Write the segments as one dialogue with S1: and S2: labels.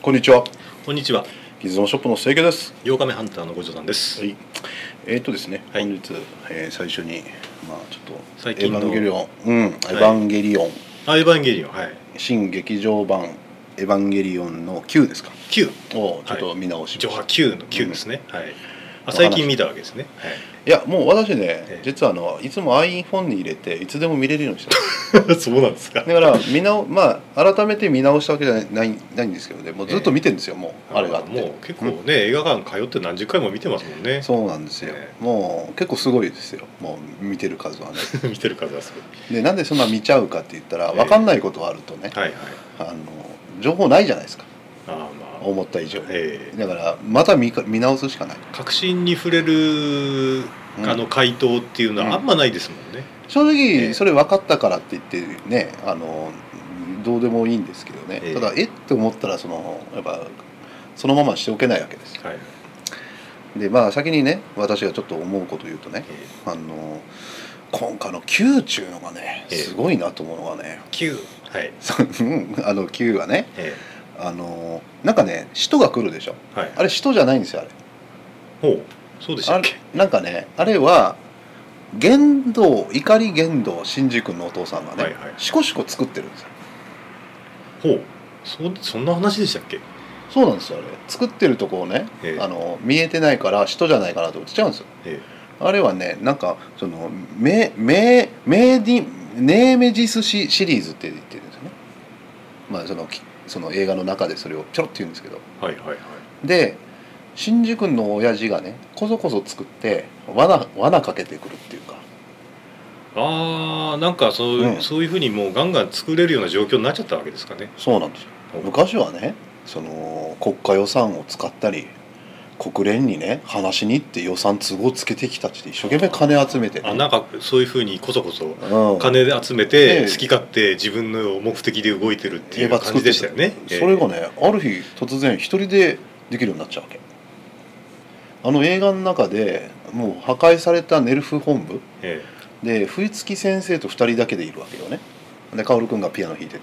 S1: こんにちは。
S2: こんにちは。
S1: ギズモショップの清家です。
S2: 八日目ハンターのごじょさんです。
S1: はい。えっ、とですね、
S2: はい
S1: 本日、えー最初にまあちょっと
S2: 最近の
S1: エヴァンゲリオン、うん、エヴァンゲリオン、
S2: あ、エヴァンゲリオン、はい。
S1: 新劇場版エヴァンゲリオンの9ですか。
S2: 九。
S1: をちょっと見直し
S2: ジョ
S1: ました。
S2: ハ
S1: い、
S2: 九の九ですね。はい。あ、最近見たわけですね。
S1: やもう私ね、
S2: ええ
S1: 実はあのいつも iPhone に入れていつでも見れるようにしてます。
S2: はい。 そうなんですか。
S1: だから見直まあ改めて見直したわけじゃないないないんですけどね、もうずっと見てるんですよ、もうあれがあって。
S2: もう結構
S1: う
S2: ね、映画館通って何十回も見てますもんね。
S1: そうなんですよ、
S2: え
S1: もう結構すごいですよもう見てる数はね
S2: 見てる数はすごい。
S1: でなんでそんな見ちゃうかって言ったら
S2: ええ
S1: 分かんないことあるとね、
S2: はいはい。
S1: あの情報ないじゃないですか
S2: あー、まあ。
S1: 思った以上
S2: ええ
S1: だからまた見か見直すしかない、
S2: 確信に触れ
S1: う
S2: る。
S1: ん
S2: あの回答っていうのはあんまないですもんね。
S1: 正
S2: え
S1: 直
S2: え
S1: それ分かったからって言ってねあのどうでもいいんですけどね、
S2: ええ
S1: ただえって思ったらそのやっぱそのまましておけないわけです
S2: はい。
S1: でまあ先にね私がちょっと思うこと言うとねあの今回の Q っちゅうのがね
S2: ええ
S1: すごいなと思うのがね、
S2: 九。はい。
S1: そううんあの Q はね
S2: え
S1: あのなんかね使徒が来るでしょ
S2: えはい。
S1: あれ使徒じゃないんですよあれ
S2: ほう。そうでした
S1: あ
S2: っけ。
S1: れなんかねあれは玄道怒り玄道真司君のお父さんがね、
S2: はいはい
S1: シコシコ作ってるんですよ
S2: ほう。そ、そんな話でしたっけ。
S1: そうなんですよあれ作ってるとこをね、
S2: ええ
S1: あの見えてないから使徒じゃないかなと思ってちゃうんですよ
S2: え
S1: あれはねなんかそのメメメーディネーメジスシシリーズって言ってるんですよねまあそのきその映画の中でそれをちょろって言うんですけど
S2: えはいはいはい。
S1: で新次君の親父がねこそこそ作って罠罠かけてくるっていうか
S2: あーなんかそう,、
S1: うん
S2: そういうふうにもうガンガン作れるような状況になっちゃったわけですかね。
S1: そうなんですよ昔はねその国家予算を使ったり国連にね話しに行って予算都合つけてきたって一生懸命金集めて、ね、
S2: あなんかそういうふうにこそこそ
S1: うん
S2: 金で集め
S1: え
S2: て
S1: え
S2: 好き勝手自分の目的で動いてるってい
S1: 映
S2: う
S1: 画
S2: 感
S1: 作っ
S2: じ
S1: て
S2: で
S1: た
S2: したよね。
S1: それがねある日突然一人でできるようになっちゃうわけあの映画の中でもう破壊されたネルフ本部
S2: え
S1: で冬月先生と二人だけでいるわけよねで薫君がピアノ弾いてて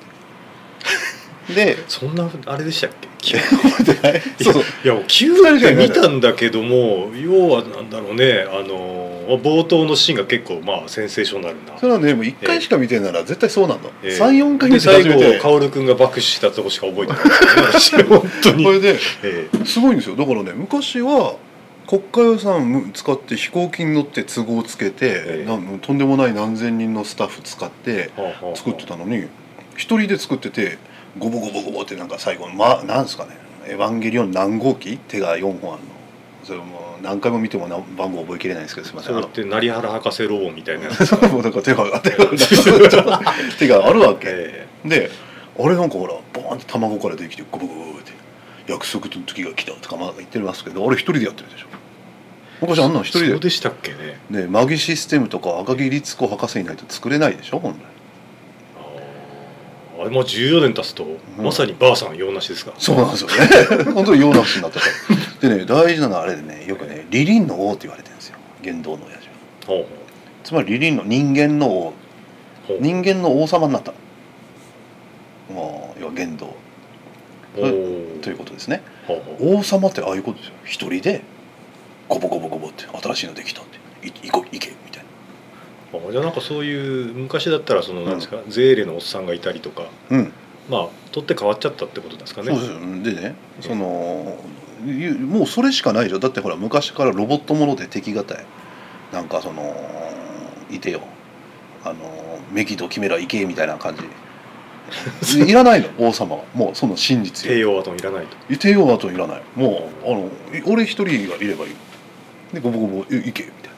S1: で
S2: えそんなあれでしたっけ 急に
S1: そうそう
S2: いやもう急
S1: 人
S2: に
S1: じゃない
S2: 見たんだけども要はなんだろうねあのー冒頭のシーンが結構まあセンセーショナルな。
S1: それはねもう1回しか見てんなら絶対そうなんの、
S2: ええ
S1: 34回見
S2: で
S1: て初
S2: 最
S1: め
S2: 後
S1: て
S2: 薫君が爆死したとこしか覚えてない ですよね私本当 に
S1: こ。れで
S2: え
S1: すごいんですよだからね昔は国家予算使って飛行機に乗って都合つけて、
S2: ええ
S1: なんとんでもない何千人のスタッフ使って
S2: えはあはあはあ
S1: 作ってたのに一人で作っててゴボゴボゴボってなんか最後の、ま、なんですかね「エヴァンゲリオン何号機?」手が4本あるのそれもう何回も見てもな番号覚えきれないんですけどすいませ
S2: そ
S1: んあ
S2: う
S1: の
S2: やって成原博士ロボみたいなやつ
S1: そうもうなんか手が手が手があるわけ
S2: え
S1: であれなんかほらボーンって卵からできてゴボゴボゴボって約束と時が来たとかまあ言ってますけどあれ一人でやってるでしょ昔あんなの一
S2: そ
S1: 人
S2: う
S1: で
S2: でしたっけね
S1: ねマギシステムとか赤木律子博士いないと作れないでしょ本来
S2: あれも14年経つと、
S1: うん
S2: まさにばあさん用なしですか
S1: そうなんですよね 本当に用なしになってたでね大事なのはあれでねよくね「リリンの王」って言われてるんですよ言動の親父は
S2: ほう
S1: つまりリリンの人間の王
S2: ほうほう
S1: 人間の王様になったまあ要は言動
S2: ほう
S1: ということですね
S2: ほうほう
S1: 王様ってああいうことですよ一人でゴボゴボゴボって新しいのできたってい行こう行けみたい
S2: あじゃあなんかそういう昔だったらその
S1: うん
S2: なんですか、ゼーレのおっさんがいたりとか
S1: なうん
S2: まあ取って変わっちゃったってことなんですかね
S1: そうですよでねそのゆもうそれしかないでしょだってほら昔からロボットもので敵がたいなんかそのいてよあのメキドキメラ行けみたいな 感じいらないの王様はもうその真実よ
S2: 帝王はといらないと
S1: いてようだといらないもうあのい俺一人がいればいいでゴボゴボい行けみたいな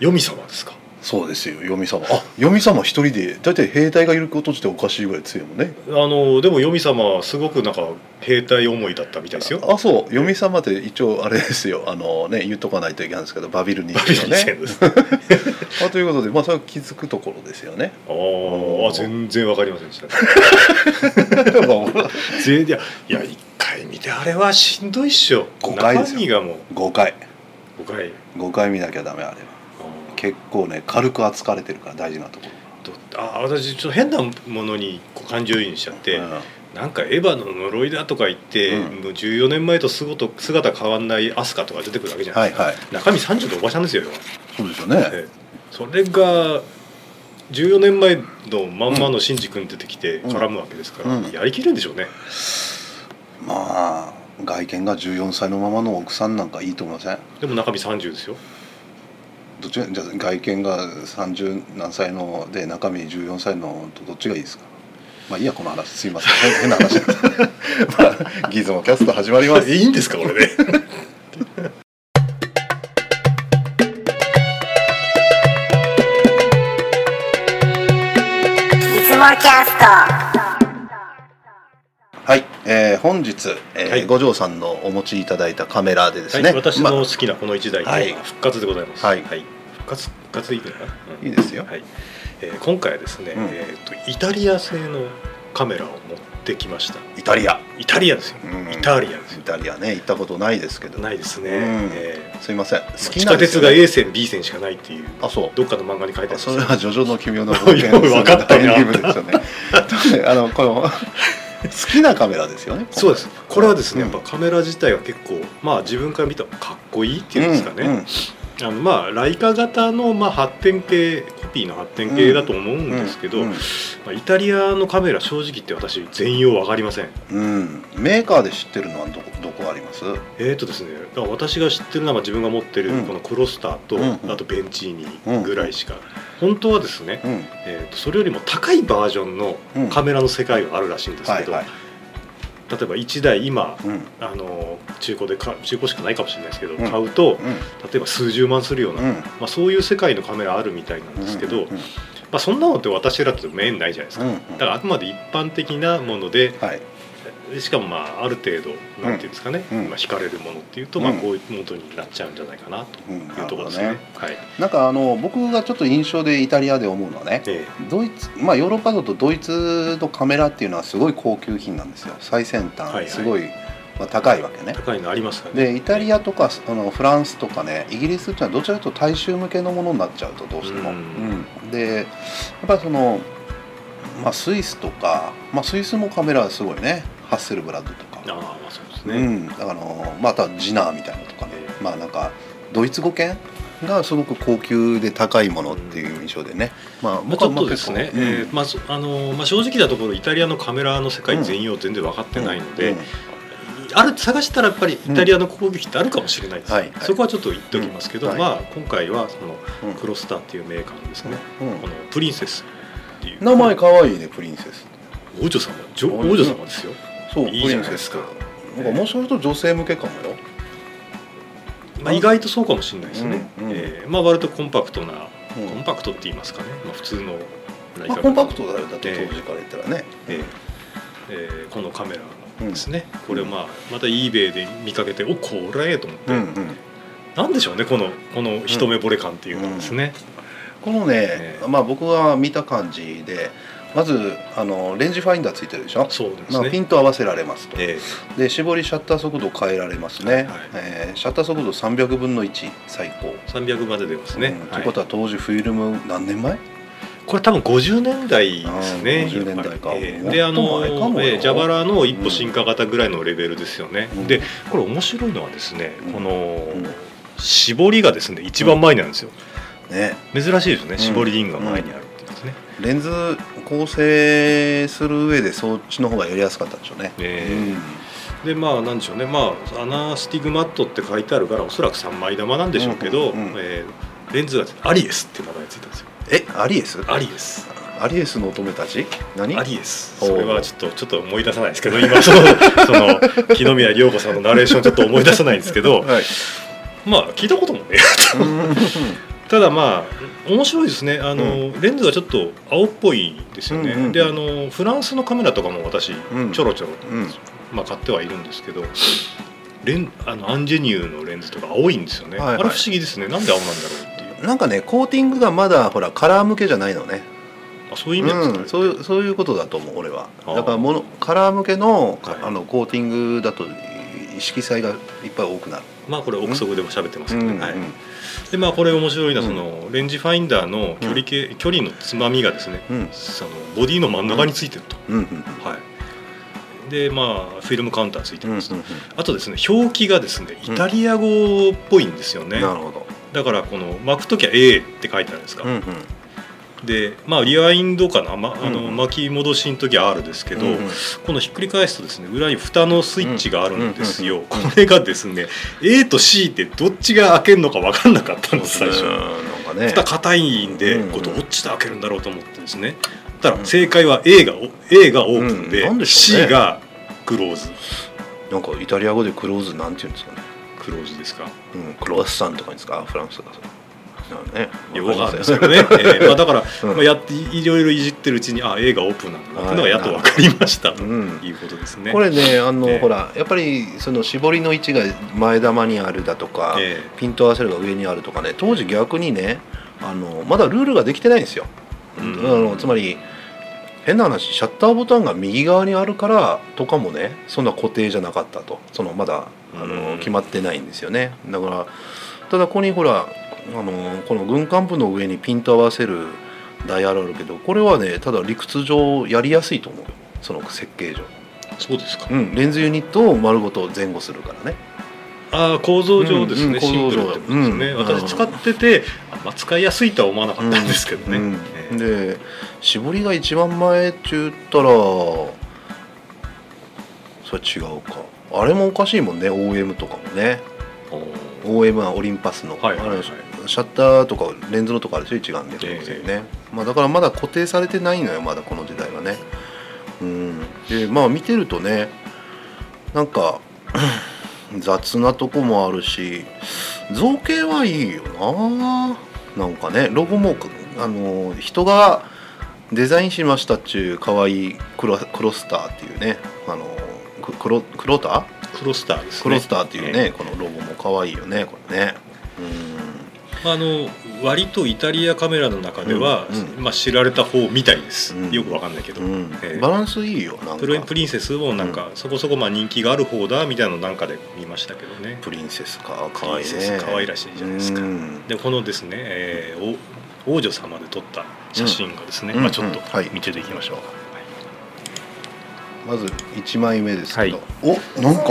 S2: 黄泉様ですか
S1: そうですよ読み様あ読み様一人で大体兵隊がいること自体おかしいぐらい強いもんね
S2: あのでも黄泉様はすごくなんか兵隊思いだったみたいですよ
S1: あそう読み様って一応あれですよあのね言っとかないといけないんですけどバビルに
S2: バビル
S1: の
S2: 二世
S1: ね
S2: です、ね、
S1: あということでまあそれは気づくところですよね
S2: あーあ全然わかりません でした
S1: 5
S2: 全いやいや一回見てあれはしんどいっしょ
S1: 誤解ですよ
S2: 中身がも
S1: 回
S2: う5回
S1: 5回見なきゃダメあれは結構ね軽く扱われてるから大事なところ
S2: あー私ちょっと変なものにこう感情移入しちゃって、
S1: うん
S2: なんかエヴァの呪いだとか言って、
S1: うん
S2: もう14年前と姿姿変わんないアスカとか出てくるわけじゃないですか、
S1: はいは
S2: 中身30のおばちゃんですよ、要は
S1: そうですよね
S2: ええそれが14年前のまんまのシンジ君出てきて絡むわけですから、
S1: うん
S2: やりきるんでしょうね、
S1: まあ外見が14歳のままの奥さんなんかいいと思いません
S2: でも中身30ですよ
S1: どっちがじゃあ外見が30何歳ので中身14歳のとどっちがいいですかまあいいやこの話すいません 変変な話 です、まあ、ギズモキャスト始まります
S2: えいいんですかこれで
S3: いつもキャスト
S1: はい、えー本日、えー
S2: はい
S1: 五条さんのお持ちいただいたカメラでですね、
S2: はい、私
S1: ま
S2: の好きなこの1台
S1: はい
S2: 復活でございます、
S1: はい
S2: 復活復活でいいのかな、うん
S1: いいですよ
S2: はいえー今回はですね、
S1: うん
S2: えーとイタリア製のカメラを持ってきました
S1: イタリア、
S2: イタリアですよ、
S1: うん
S2: イタリアです
S1: イ
S2: よ
S1: タリアね行ったことないですけど
S2: ないですね、
S1: うん
S2: えー
S1: すいません好
S2: まあ
S1: き
S2: 地
S1: な
S2: 下
S1: んですよ
S2: 鉄が
S1: ね
S2: A 線 B 線しかないっていう
S1: あそう
S2: どっかの漫画に書いてあるんです
S1: そ
S2: よ
S1: れは「ジョジョの奇妙な冒険」
S2: よくわかったな
S1: エンディングですよね であのこの好きなカメラですよね
S2: そうですこれはですね、
S1: うん
S2: やっぱカメラ自体は結構まあ自分から見たらかっこいいっていうんですかね、
S1: うんうん
S2: あのまあライカ型のまあ発展系コピーの発展系だと思うんですけど、
S1: うん
S2: まあ、イタリアのカメラ正直言って私全容わかりません
S1: うん、メーカーで知ってるのはどこどこあります
S2: えーとですねだから私が知ってるのは自分が持って
S1: うん
S2: るこのクロスターと、
S1: うんうん
S2: あとベンチーニぐらいしか、本当はですね、
S1: うん
S2: えー、とそれよりも高いバージョンの
S1: うん
S2: カメラの世界があるらしいんです
S1: は
S2: け
S1: い
S2: ど、
S1: はい
S2: 例えば1台今
S1: うん
S2: あの中古でか中古しかないかもしれないですけど、
S1: ん
S2: 買う
S1: う
S2: と
S1: ん
S2: 例えば数十万するよう
S1: う
S2: な、ま
S1: ん
S2: あ、そういう世界のカメラあるみたいなんですけ
S1: うん
S2: ど、まあ、そんなのって私らって面ないじゃないですか、
S1: うん
S2: だからあくまで一般的なもので
S1: はい
S2: しかもまあある程度なんていうんですかね、
S1: うん
S2: まあ、惹かれるものっていうとまあ
S1: うん
S2: こういうものになっちゃうんじゃないかなと
S1: うん
S2: いうところです
S1: な
S2: ね
S1: るほど。
S2: はい、
S1: なんかあの僕がちょっと印象でイタリアで思うのはね
S2: え
S1: ドイツまあヨーロッパだとドイツのカメラっていうのはすごい高級品なんですよ最先
S2: はいは
S1: 端
S2: い
S1: すごい、まあ、高いわけ
S2: え
S1: ね
S2: 高いのありますかね。
S1: でイタリアとかあのフランスとかねイギリスっていうのはどちらかというと大衆向けのものになっちゃうとどうしても、
S2: うん
S1: うんでやっぱりその、まあ、スイスとか、まあ、スイスもカメラはすごいねハッセルブラッドとか
S2: ああまあそうです
S1: う
S2: ね。
S1: ん、だからあのまたジナーみたいなのとかね、
S2: え
S1: まあなんかドイツ語圏がすごく高級で高いものっていう印象でね、まあ
S2: まあ、
S1: 僕
S2: ち
S1: は
S2: ょっ
S1: ま
S2: と
S1: あ
S2: です
S1: 結構
S2: ね、
S1: うん
S2: ええまあそあのまあ、正直なところイタリアのカメラの世界全容全然分かってないので、
S1: うんうん
S2: ある探したらやっぱりイタリアの攻撃ってあるかもしれないです、
S1: はいはい
S2: そこはちょっと言っておきますけど、
S1: うんはい
S2: まあ、今回はその
S1: うん
S2: クロスターっていうメーカーのですね、
S1: うん
S2: このプリンセスっていう
S1: 名前かわいいねプリンセス
S2: 王女様女王女様ですよ
S1: そう
S2: いいじゃないですか
S1: プリンセスなんかもしかすると女性向けかもよ
S2: まあ、意外とそうかもしれないですね、
S1: うんうん
S2: えーまあ、割とコンパクトな、
S1: うん
S2: コンパクトって言いますかね、まあ、普通のライ
S1: まあ、
S2: カ
S1: コンパクトだよだっ
S2: え
S1: て
S2: ー
S1: 当時から言ったらね、
S2: えーえーこのカメラですね、これを、まあ、また eBay で見かけておこれと思って、
S1: うん
S2: なんでしょうねこのこの一目惚れ感っていうのですね、
S1: このね、
S2: ええ
S1: まあ、僕が見た感じでまずあのレンジファインダーついてるでしょ、
S2: そうですね、
S1: まあ、ピント合わせられますと、
S2: え
S1: で絞りシャッター速度変えられますね、
S2: はい
S1: えーシャッター速度300分の1最高
S2: ー、300まで出ますね、
S1: うんと
S2: はいいう
S1: ことは当時フィルム何年前、
S2: これ多分50年代ですね。
S1: うん50年代かも
S2: えー
S1: っと
S2: であの
S1: 前かもよ
S2: えージャバラの一歩進化型ぐらいのレベルですよね。
S1: うん
S2: でこれ面白いのはですね、
S1: うん
S2: この
S1: うん
S2: 絞りがですね一番前にあるんですよ。
S1: ね、
S2: 珍しいです
S1: ん
S2: ね。絞りリングが前にあるっていうことですね。
S1: レンズ構成する上でそっちの方がやりやすかったんでしょうね、
S2: えーでまあなんでしょうね。まあアナスティグマットって書いてあるからおそらく三枚玉なんでしょうけど、
S1: うんうんうん
S2: えーレンズがアリエスっていう名前がついたんですよ。
S1: えアリエス
S2: アリエス。
S1: アリエスの乙女たち何
S2: アリエス
S1: おう
S2: それはちょっとちょっと思い出さないですけど今 そのその木の宮涼子さんのナレーションちょっと思い出さないんですけど
S1: はい、
S2: まあ聞いたこともね
S1: うん
S2: ただまあ面白いですねあの、レンズがちょっと青っぽいですよね、
S1: うんうん
S2: であのフランスのカメラとかも私
S1: うん
S2: ちょろちょろ、
S1: うん
S2: まあ、買ってはいるんですけどレンあのアンジェニューのレンズとか青いんですよね、
S1: はいはい
S2: あれ不思議ですねなんで青なんだろうっていう
S1: なんかねコーティングがまだほらカラー向けじゃないのね
S2: あそういう意味なんですか、
S1: うん、そういうそういうことだと思う俺は
S2: あー
S1: だからものカラー向けの,、
S2: はい
S1: あのコーティングだとい色彩がいっぱい多くなる、
S2: まあこれ憶測でも喋ってますけど、
S1: うん
S2: はい
S1: うん
S2: でまあこれ面白いのは
S1: う
S2: そ
S1: ん
S2: のレンジファインダーの距離計、距離のつまみがですね
S1: うん
S2: そのボディの真ん中についてると、
S1: うんうんうん
S2: はいでまあフィルムカウンターついて
S1: うんうん
S2: ま
S1: うん
S2: すと、あとですね表記がですねイタリア語っぽいんですよね、
S1: なるほど、
S2: だからこの巻く時は A って書いてあるんですか、
S1: うんうん
S2: でまあリワインドかな、ま、あ
S1: うんう
S2: の
S1: ん
S2: 巻き戻しの時は R ですけど、
S1: うんうん
S2: このひっくり返すとですね裏に蓋のスイッチがあるんです
S1: う
S2: よ、
S1: んうん
S2: これがですね A と C ってどっちが開けるのか分かんなかったんです最初、
S1: うんなんかね
S2: 蓋硬いんで、
S1: うんうん
S2: これどっちで開けるんだろうと思ってですねた
S1: う
S2: ら
S1: ん
S2: 正解は A がお A がオープン
S1: うん
S2: で,、
S1: なんでしょうね
S2: C がクローズ
S1: なんかイタリア語でクローズなんて言うんですかね、
S2: クローズですか
S1: うん、クロワッサンとか言うんですかフランスがそうなのね
S2: よくわかんないです
S1: よ
S2: けどね、えーまあ、だから、
S1: うん
S2: まあ、やっていろいろいじってるうちにあ A がオープンなんだなっていうのがやっと分かりましたと
S1: うん
S2: いうことですね。
S1: これねあの、
S2: ええ
S1: ほらやっぱりその絞りの位置が前玉にあるだとか、
S2: え
S1: ピント合わせるが上にあるとかね当時逆にねあのまだルールができてないんですよ、
S2: うん
S1: あのつまり変な話シャッターボタンが右側にあるからとかもねそんな固定じゃなかったとそのまだあの、
S2: うん
S1: 決まってないんですよねだからただここにほらあのこの軍艦部の上にピント合わせるダイヤルあるけどこれはねただ理屈上やりやすいと思うその設計上、
S2: えそうですか
S1: うん、レンズユニットを丸ごと前後するからね
S2: あー構造上です
S1: うんう
S2: ね、
S1: ん
S2: シンプルってことですね、
S1: 構造上うん
S2: 私使ってて、あんま使いやすいとは思わなかったんですけどね、
S1: うん
S2: ええ
S1: で絞りが一番前って言ったらそれは違うかあれもおかしいもんね OM とかもね
S2: おー
S1: OM はオリンパスの、
S2: はいはいはい
S1: あれシャッターとかレンズのとかあるでしょ違うんで
S2: ええ
S1: すよね、まあ、だからまだ固定されてないのよまだこの時代はねうんでまあ見てるとねなんか 雑なとこもあるし造形はいいよななんかねロゴもあの人がデザインしましたっちゅうかわいいクロクロスターっていうねあのククロクローター
S2: クロスターですね
S1: クロスターっていう
S2: え
S1: ね、このロゴも可愛いよねこれね
S2: えあの割とイタリアカメラの中では、
S1: う
S2: まあ、知られた方みたいです、
S1: うん
S2: よくわかんないけど、
S1: うん、うん
S2: ええ
S1: バランスいいよなんか
S2: プロプリンセスもなんか、そこそこまあ人気がある方だみたいなのなんかで見ましたけどね
S1: プリンセスか可愛い
S2: プ
S1: ね
S2: リンセス可愛らしいじゃないですか
S1: うん
S2: でこのですね、えーお王女様で撮った写真がですね、
S1: うん
S2: まあ、ちょっと
S1: うんはい
S2: 見ていきましょうか、
S1: まず一枚目ですけど、
S2: は
S1: おなんか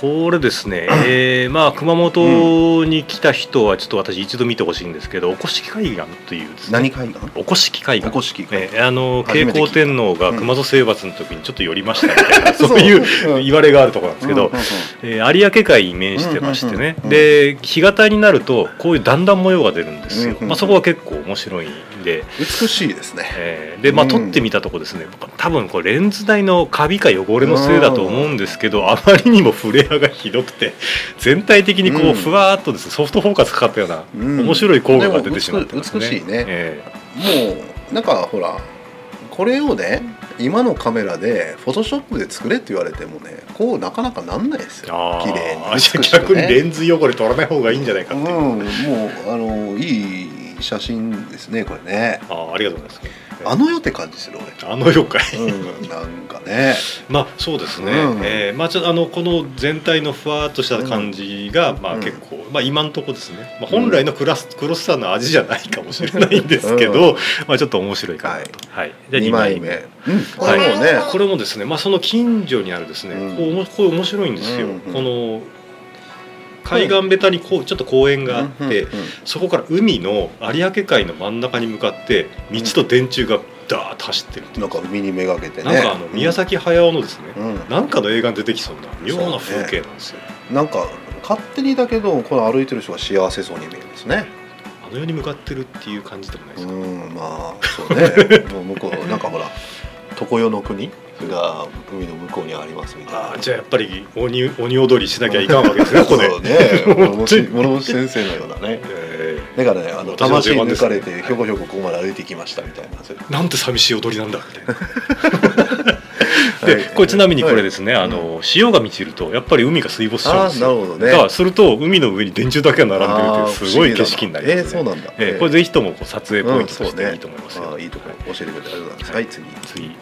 S2: これで すね、えーまあ、熊本に来た人はちょっと私一度見てほしいんですけど、おこしき海岸というですね
S1: 何海岸
S2: おこしき海
S1: お
S2: 岸
S1: こしきか、
S2: えーあの
S1: 初
S2: 慶
S1: めて聞い
S2: 光
S1: た
S2: 天皇が
S1: うん
S2: 熊戸征伐の時にちょっと寄りましたみたい な、
S1: そう
S2: そういう
S1: うん
S2: 言われがあるところなんですけど、
S1: うんうんうん
S2: えー有明海に面してまし
S1: う
S2: てね、
S1: んうんうんうん
S2: で干潟になるとこういう段々模様が出るんです
S1: うん
S2: よ、
S1: うんうん
S2: まあ、そこは結構面白いんで、
S1: 美しいですね
S2: えーでまあ
S1: うん
S2: 撮ってみたとこですね、多分これレンズ内のカビか汚れのせいだと思うんですけどあまりにもフレアがひどくて 全体的にこ
S1: うん
S2: うふわーっとですねソフトフォーカスかかったような、
S1: うん
S2: 面白い効果が出てしまってますね。
S1: でも美しいね
S2: えー
S1: もうなんかほらこれをね今のカメラでフォトショップで作れって言われてもねこうなかなかなんないですよ
S2: あー
S1: 綺麗に
S2: あじゃあ
S1: 美しくね
S2: 逆にレンズ汚れ取らない方がいいんじゃないかっていう、
S1: うん、もうあのいい写真ですねこれね
S2: あーありがとうございます
S1: あの世って感じする
S2: あの妖怪、
S1: 俺、うん、なんかね
S2: まあそうですね、
S1: うん
S2: えーまあ、ちょっとあのこの全体のふわっとした感じが、まあ、
S1: うん
S2: 結構、まあ、今のところですね、まあ、本来のクラス、クロスターの味じゃないかもしれないんですけど、 まあ、ちょっと面白いかなと、はいで
S1: 2枚目、うん、これもうね、
S3: はい
S2: これもですね、まあ、その近所にあるですね、
S1: うん
S2: こうおもこれ面白いんですよ、
S1: うんうん
S2: この海岸べたにこうちょっと公園があって、
S1: うんうん
S2: そこから海の有明海の真ん中に向かって道と電柱がダーッと走ってるっていう
S1: なんか海にめがけてね
S2: なんかあの宮、崎駿のですね、
S1: うんうん
S2: なんかの映画に出てきそうな妙な風景なんですよ、
S1: なんか勝手にだけどこの歩いてる人が幸せそうに見えるんですね
S2: あの世に向かってるっていう感じでもないで
S1: う
S2: すか、
S1: んまあそうね もう向こうなんかほら常世の国が海の向こうにありますみたいな
S2: ああじゃあやっぱり鬼鬼踊りしなきゃいかんわけですねここで
S1: そうね 諸
S2: 本当
S1: 星
S2: に
S1: 諸星先生のようなね
S2: え
S1: だからねあの
S2: 私の
S1: 魂
S2: 出番で
S1: 抜
S2: す
S1: か
S2: ね
S1: れてひょこひょこここまで歩いてきましたみたいなそういう
S2: ーなんて寂しい踊りなんだみたい な
S1: は
S2: で
S1: い
S2: これちなみにこれですすね、あの潮が満ちるとやっぱり海が水没しちゃうん
S1: あー
S2: です
S1: な
S2: よ
S1: るほど
S2: だ
S1: ね
S2: からすると海の上に電柱だけが並んでる
S1: あ
S2: っ
S1: ー
S2: ていうすごい
S1: 不思議だな
S2: 景色になりま
S1: えー
S2: すね
S1: そうなんだ
S2: えーこれぜひともこう撮影ポイントとしていいと思います
S1: あ
S2: よ、
S1: あーいいとこ教えてくれてありがとうございますはい次
S2: 次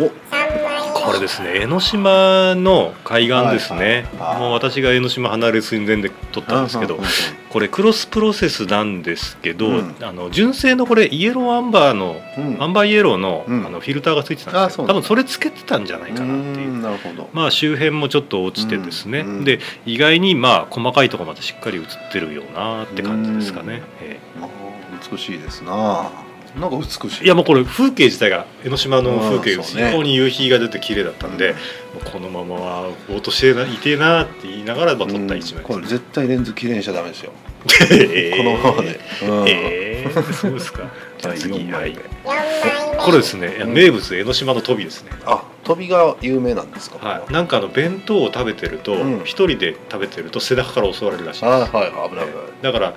S1: お
S3: 3枚目
S2: これですね江ノ島の海岸ですね、
S1: はいはい
S2: もう私が江ノ島離れる寸前で撮ったんですけど、
S1: うんうん
S2: これクロスプロセスなんですけど、
S1: うん
S2: あの純正のこれイエローアンバーの、
S1: うん
S2: アンバーイエローの,、
S1: うん
S2: あのフィルターがついてたんですけ
S1: あそう
S2: ど
S1: なん
S2: 多
S1: だ
S2: 分それつけてたんじゃないかなっていうう。
S1: んなるほど
S2: まあ、周辺もちょっと落ちてですね、
S1: うんうん
S2: で意外にまあ細かいところまでしっかり映ってるよなって感じですか
S1: うん
S2: ね、え
S1: あー美しいですななんか美し
S2: え
S1: い
S2: いやもうこれ風景自体が江ノ島の風景
S1: うん
S2: が
S1: そうね
S2: 非常に夕日が出て綺麗だったんで、
S1: うん
S2: もうこのままはぼーっとしてないてえなって言いながらまあ撮った一枚
S1: これ絶対レンズ綺麗にしちゃダメですよ、
S2: れ
S1: このままで、うん
S2: えー、そうですか。じゃあ 次、
S1: 4
S2: は
S1: 枚
S2: い
S1: 目。
S2: これですね、いや名物江ノ島の飛びですね。
S1: あ飛びが有名なんですか、
S2: はい、
S1: な
S2: なんかあの弁当を食べてると、
S1: うん
S2: 一人で食べてると背中から襲われるらしい
S1: あ
S2: で
S1: ー
S2: す。
S1: はい危ない危ない、
S2: だから、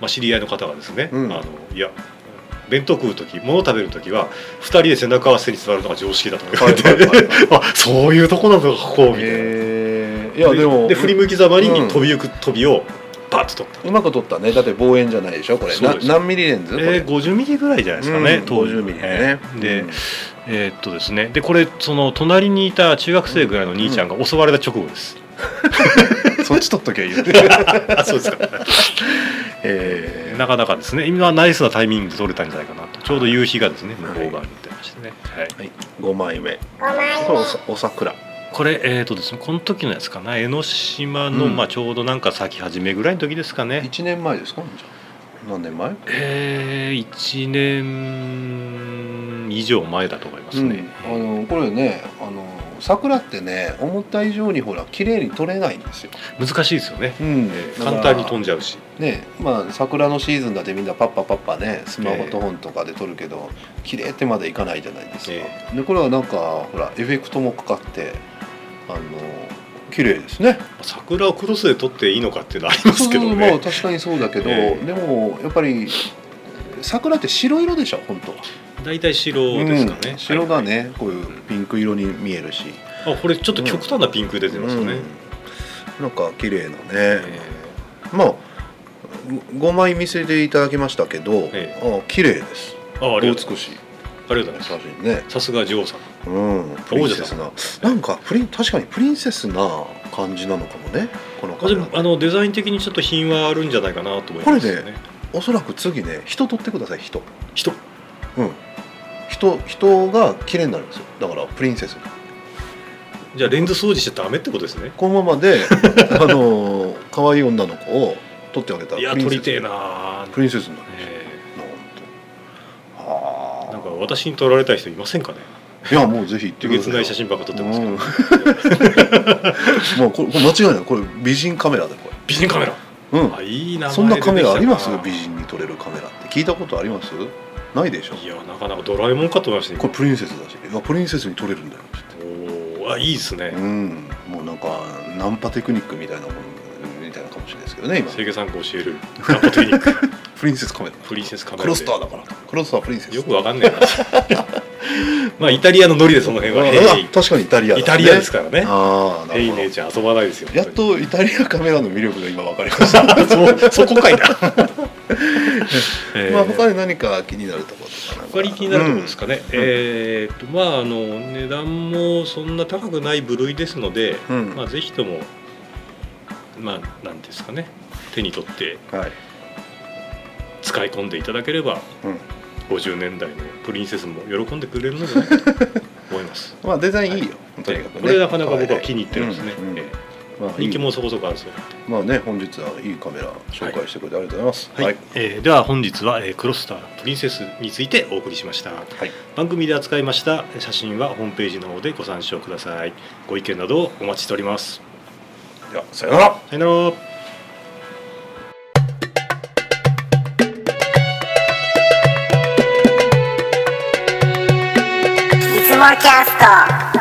S2: まあ、知り合いの方がですね、
S1: うん
S2: あのいや弁当食う時物を食べる時は二人で背中合わせに座るのが常識だとか言われて、
S1: はいはいは
S2: あそういうとこなのかここみたいな。
S1: えーいやでも
S2: で振り向きざまに
S1: うん
S2: 飛びゆく飛びをバッと取った。
S1: うまく撮ったねだって望遠じゃないでしょこれ
S2: そう
S1: な
S2: です
S1: 何ミリレンズこれ
S2: えー、50ミリぐらいじゃないですかね、
S1: うん
S2: 当時
S1: 50ミリね
S2: えーで、
S1: うん
S2: えーっとですねでこれその隣にいた中学生ぐらいの兄ちゃんが襲われた直後です、
S1: そっち撮っときゃいい よへ
S2: あそうですか
S1: え
S2: なかなかですね今はナイスなタイミングで撮れたんじゃないかなとちょうど夕日がですね向こう側に出ましてね、はい
S1: はい、5枚目これお
S3: 枚
S1: さお桜
S2: これえーっとですねこの時のやつかな江ノ島の、
S1: うん
S2: まあ、ちょうどなんか咲き始めぐらいの時ですかね
S1: 1年前ですかじゃあ何年前で
S2: えー、1年以上前だと思いますね、
S1: あのこれねあの桜ってね思った以上にほら綺麗に撮れないんですよ、
S2: 難しいですよね、
S1: うん
S2: えー簡単に飛んじゃうし
S1: ねまあ桜のシーズンだってみんなパッパパッパねスマホと本とかで撮るけど、綺麗ってまでいかないじゃないですか、
S2: え
S1: でこれはなんかほらエフェクトもかかってあの綺麗ですね
S2: 桜をクロスで撮っていいのかっていうのはありますけど
S1: そうそう
S2: ね
S1: まあ確かにそうだけど、
S2: ええ
S1: でもやっぱり桜って白色でしょ本当
S2: 大体白ですかね、
S1: うん白が
S2: はい
S1: ね、こういうピンク色に見えるし
S2: あこれちょっと極端なピンク出てますよね、
S1: うんなんか綺麗なね、
S2: え
S1: まあ5枚見せていただきましたけど、
S2: え
S1: あ綺麗です
S2: ーあありがとう
S1: 美しい
S2: ありがとうございます
S1: 写真ね
S2: さすが女王さん
S1: うんプリンセスななんかプリン確かにプリンセスな感じなのかもねこの
S2: あ
S1: 感
S2: で
S1: じ
S2: もあのデザイン的にちょっと品はあるんじゃないかなと思いますよ
S1: これ
S2: ね
S1: おそらく次ね人撮ってください人
S2: 人
S1: うん人人が綺麗になるんですよだからプリンセス
S2: じゃあレンズ掃除しちゃダメってことですね
S1: このまま であの可愛い女の子を撮ってあげたら
S2: いや
S1: プリン
S2: 撮
S1: セス
S2: りてえな、
S1: プリンセスになる
S2: え
S1: なほんとはあ
S2: ーなんか私に撮られたい人いませんかね
S1: いやもうぜひ行って
S2: え
S1: く
S2: げ
S1: だ
S2: つ
S1: さい
S2: ない写真ばっか撮ってますけど、
S1: うん もうこれこれ間違いないこれ美人カメラだよこ
S2: 美人カメラ
S1: れうん
S2: あいい名前
S1: そんなカメラありま
S2: 出
S1: す
S2: てきた
S1: 美人に撮れるカメラって聞いたことありますないでしょ
S2: いやなかなかドラえもんかと思いました
S1: こ
S2: ね
S1: れプリンセスだしいやプリンセスに撮れるんだよって
S2: おーあいいです
S1: 言
S2: ね、
S1: ってうんもうなんかナンパテクニックみたいなもんみたいなかもしれないですけどね今
S2: 清家さんが教えるナポテクニック
S1: プリンセスカメラ
S2: プリンセスカメラ
S1: クロスターだからクロスタープリンセス
S2: よくわかんないな まあイタリアのノリでその辺は
S1: あ
S2: ヘイ
S1: 確かにイタリアだ、
S2: イタリアですからね
S1: ああな
S2: ヘ
S1: る
S2: イ
S1: ほど
S2: 姉ちゃん遊ばないですよ
S1: やっとイタリアカメラの魅力が今わかりました、
S2: 本当にそそこ かいな、えー
S1: まあ他に何か気になるところとかなんか
S2: 他に気になるところです
S1: か、
S2: かね、えーっとまああの値段もそんな高くない部類ですので、
S1: うんうん
S2: まあぜひともまあなんていうんですかね手に取って
S1: はい、
S2: 使い込んでいただければ
S1: うん
S2: 50年代のプリンセスも喜んでくれるのではないか と思います
S1: まあデザインいいよ、と
S2: で
S1: にかくね
S2: これなかなか僕は気に入ってるんですね、
S1: うんうん
S2: えー
S1: まあいい
S2: 人気もそこそこあるそうなんで
S1: まあね本日はいいカメラ紹介してくれてありがとうございます
S2: はいえーでは本日は、えークロスタープリンセスについてお送りしました
S1: はい
S2: 番組で扱いました写真はホームページの方でご参照くださいご意見などお待ちしております
S1: ではさよなら
S2: さよなら
S3: いつもキャスト